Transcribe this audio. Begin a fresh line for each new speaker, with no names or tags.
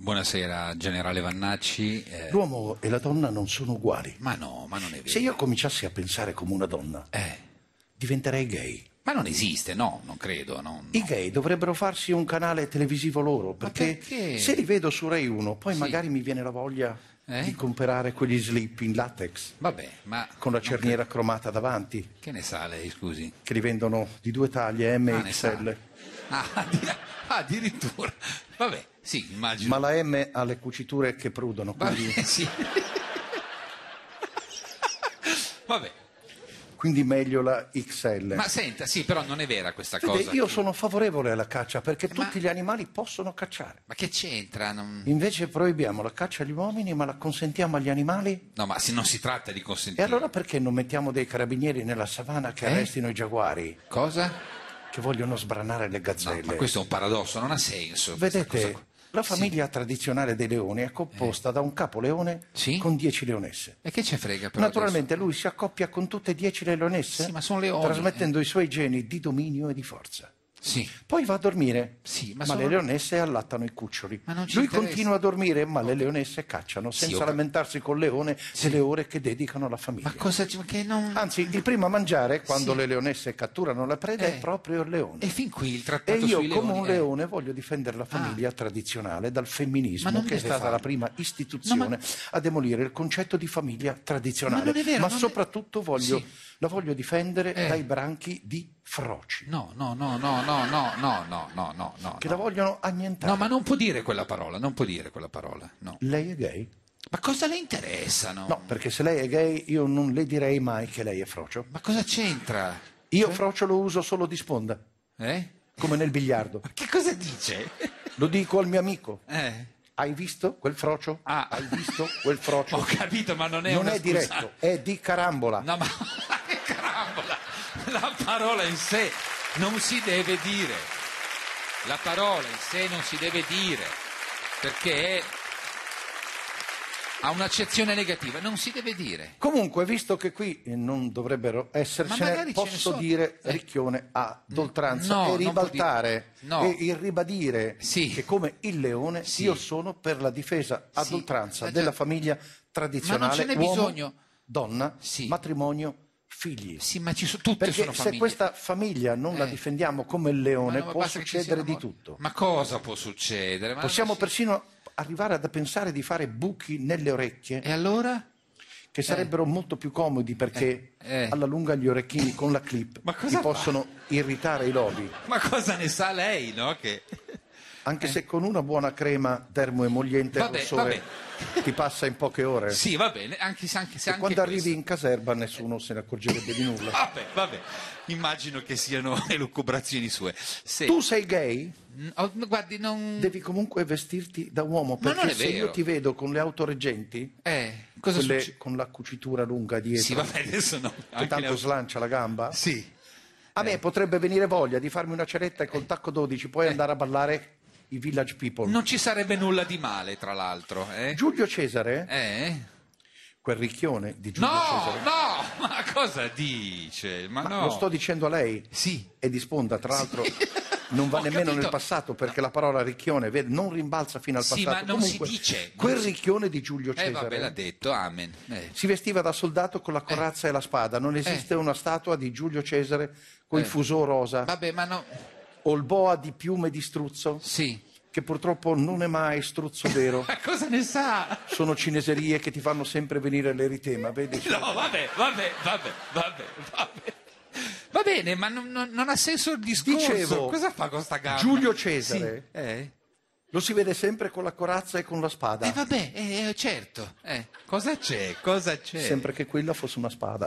Buonasera, generale Vannacci. Eh,
L'uomo e la donna non sono uguali.
ma no, ma non è vero.
Se io cominciassi a pensare come una donna,
Eh,
diventerei gay.
ma non esiste, no, non credo. no, no.
I gay dovrebbero farsi un canale televisivo loro, perché,
perché?
se li vedo su Rai 1, poi magari mi viene la voglia
Eh?
di comprare quegli slip in latex
Vabbè, ma
con la
non
cerniera cromata davanti,
cre- Che ne sa lei, scusi?
che li vendono di due taglie M
Ah,
e
ne sa.
XL.
Ah, addi- addirittura. Vabbè, sì, immagino.
Ma la M ha le cuciture che prudono, quindi,
Vabbè, sì. Vabbè,
quindi meglio la XL.
ma senta, sì, però non è vera questa
Vede,
cosa.
io
che-
sono favorevole alla caccia perché
Ma-
tutti gli animali possono cacciare.
Ma che c'entra? Non-
Invece proibiamo la caccia agli uomini ma la consentiamo agli animali?
No, ma se non si tratta di
E
consentire...
allora perché non mettiamo dei carabinieri nella savana che
Eh?
arrestino i giaguari
Cosa?
che vogliono sbranare le
No,
gazzelle?
ma questo è un paradosso, non ha senso. questa cosa qua. Eh.
Vedete, la famiglia tradizionale dei leoni è composta da un capoleone
Sì?
con dieci leonesse.
E che ce frega però
Naturalmente lui si accoppia con tutte e dieci le leonesse,
Sì, ma sono leoni, eh.
trasmettendo i suoi geni di dominio e di forza.
adesso? Sì.
Poi va a dormire.
Sì, ma
ma
sono-
le leonesse allattano i cuccioli.
Ma non ci
Lui
interessa.
continua a dormire, ma le leonesse cacciano senza
ho cap-
lamentarsi col leone delle ore che dedicano alla famiglia.
Ma cosa ci- che non...
Anzi, il primo a mangiare quando
Sì.
le leonesse catturano la preda
Eh.
è proprio il leone.
E fin qui il
E
trattato
io,
sui
come
leoni,
un
eh.
leone, voglio difendere la famiglia tradizionale dal
Ma
femminismo,
non
che è
deve
stata
farlo.
la prima istituzione
No, ma-
a demolire il concetto di famiglia tradizionale.
Ma non è vero, non è-
soprattutto voglio-
Sì.
la voglio difendere
Eh.
dai branchi di froci,
No, no, no, no, no, no, no, no, no, no, no.
che la vogliono annientare.
No, ma non può dire quella parola, non può dire quella parola, no.
Lei è gay?
Ma cosa le interessano?
No, perché se lei è gay io non le direi mai che lei è frocio.
Ma cosa c'entra?
Io frocio lo uso solo di sponda,
Eh?
come nel biliardo.
Ma che cosa dice?
Lo dico al mio amico.
Eh?
Hai visto quel frocio?
Ah.
Hai visto quel frocio?
Ho capito, ma non è
non
una
è
scusa.
diretto, è di carambola.
No, ma che carambola! La parola in sé non si deve dire. La parola in sé non si deve dire perché è- ha un'accezione negativa, non si deve dire.
Comunque, visto che qui eh, non dovrebbero
magari
essercene,
ce ne
posso
sono.
dire
Eh.
ricchione a d'oltranza
No,
e
non può
ribaltare
dire. No.
e il ribadire
Sì.
che come il leone
Sì.
io sono per la difesa ad
Sì.
oltranza
Ma già-
della famiglia
Ma non ce
tradizionale
n'è
uomo,
bisogno.
donna,
Sì.
matrimonio, figli.
Sì, ma ci sono, tutte
Perché
sono
se
famiglie.
questa famiglia non la
Eh.
difendiamo come il
Ma
leone
no, ma
può
basta che ci sia
succedere di
l'amore.
tutto.
Ma cosa può succedere? Ma
Possiamo
non-
persino arrivare ad pensare di fare buchi nelle orecchie
E allora?
che sarebbero molto più comodi perché
Eh, eh.
alla lunga gli orecchini con la clip
Ma cosa
ti
fa?
possono irritare i lobi,
Ma cosa ne sa lei, no? Che...
anche se con una buona crema termoemoliente
Eh. Vabbè,
il rossore ti passa in poche ore.
Sì, va bene, anche se anche se
Eh. E
anche
quando arrivi
questo- Ah,
in caserba nessuno se ne accorgerebbe di nulla.
Vabbè, vabbè. Immagino che siano elucubrazioni sue. Se...
Tu sei gay?
Mm, oh, no, guardi, non...
Devi comunque vestirti da uomo
Ma non
perché
è
se
vero.
io ti vedo con le autoreggenti,
Eh, cosa
quelle
succede?
con la cucitura lunga dietro,
Sì, vabbè, adesso no.
che
Anche
tanto
le-
slancia la gamba,
Sì.
A
Eh.
me potrebbe venire voglia di farmi una ceretta e col tacco 12 poi andare a ballare i Village People.
Non ci sarebbe nulla di male, tra l'altro. Eh?
Giulio Cesare,
Eh?
quel ricchione di Giulio
No,
Cesare,
no, ma cosa dice? Ma,
ma
no.
lo sto dicendo a lei,
Sì.
è di sponda, tra l'altro non va
Ho
nemmeno
capito.
nel passato perché la parola ricchione vede, non rimbalza fino al
Sì,
passato.
ma non si
Comunque,
dice.
Quel
Non si-
ricchione di Giulio
Eh, vabbè, l'ha
Cesare
detto, amen. Eh.
si vestiva da soldato con la corazza e la spada, non esiste una statua di Giulio Cesare col
Eh.
fuso rosa
Vabbè, ma no...
o o il boa di piume di struzzo,
Sì.
che purtroppo non è mai struzzo vero.
Ma cosa ne sa?
Sono cineserie che ti fanno sempre venire l'eritema, vedi?
No, vabbè, vabbè, vabbè, vabbè, vabbè. Va bene, ma non, non- non ha senso il discorso.
Dicevo,
cosa fa con sta gamba?
Giulio Cesare.
Sì, eh?
Lo si vede sempre con la corazza e con la
Eh,
spada,
vabbè, eh, certo. Eh, cosa c'è? Cosa c'è?
sempre che quella fosse una spada.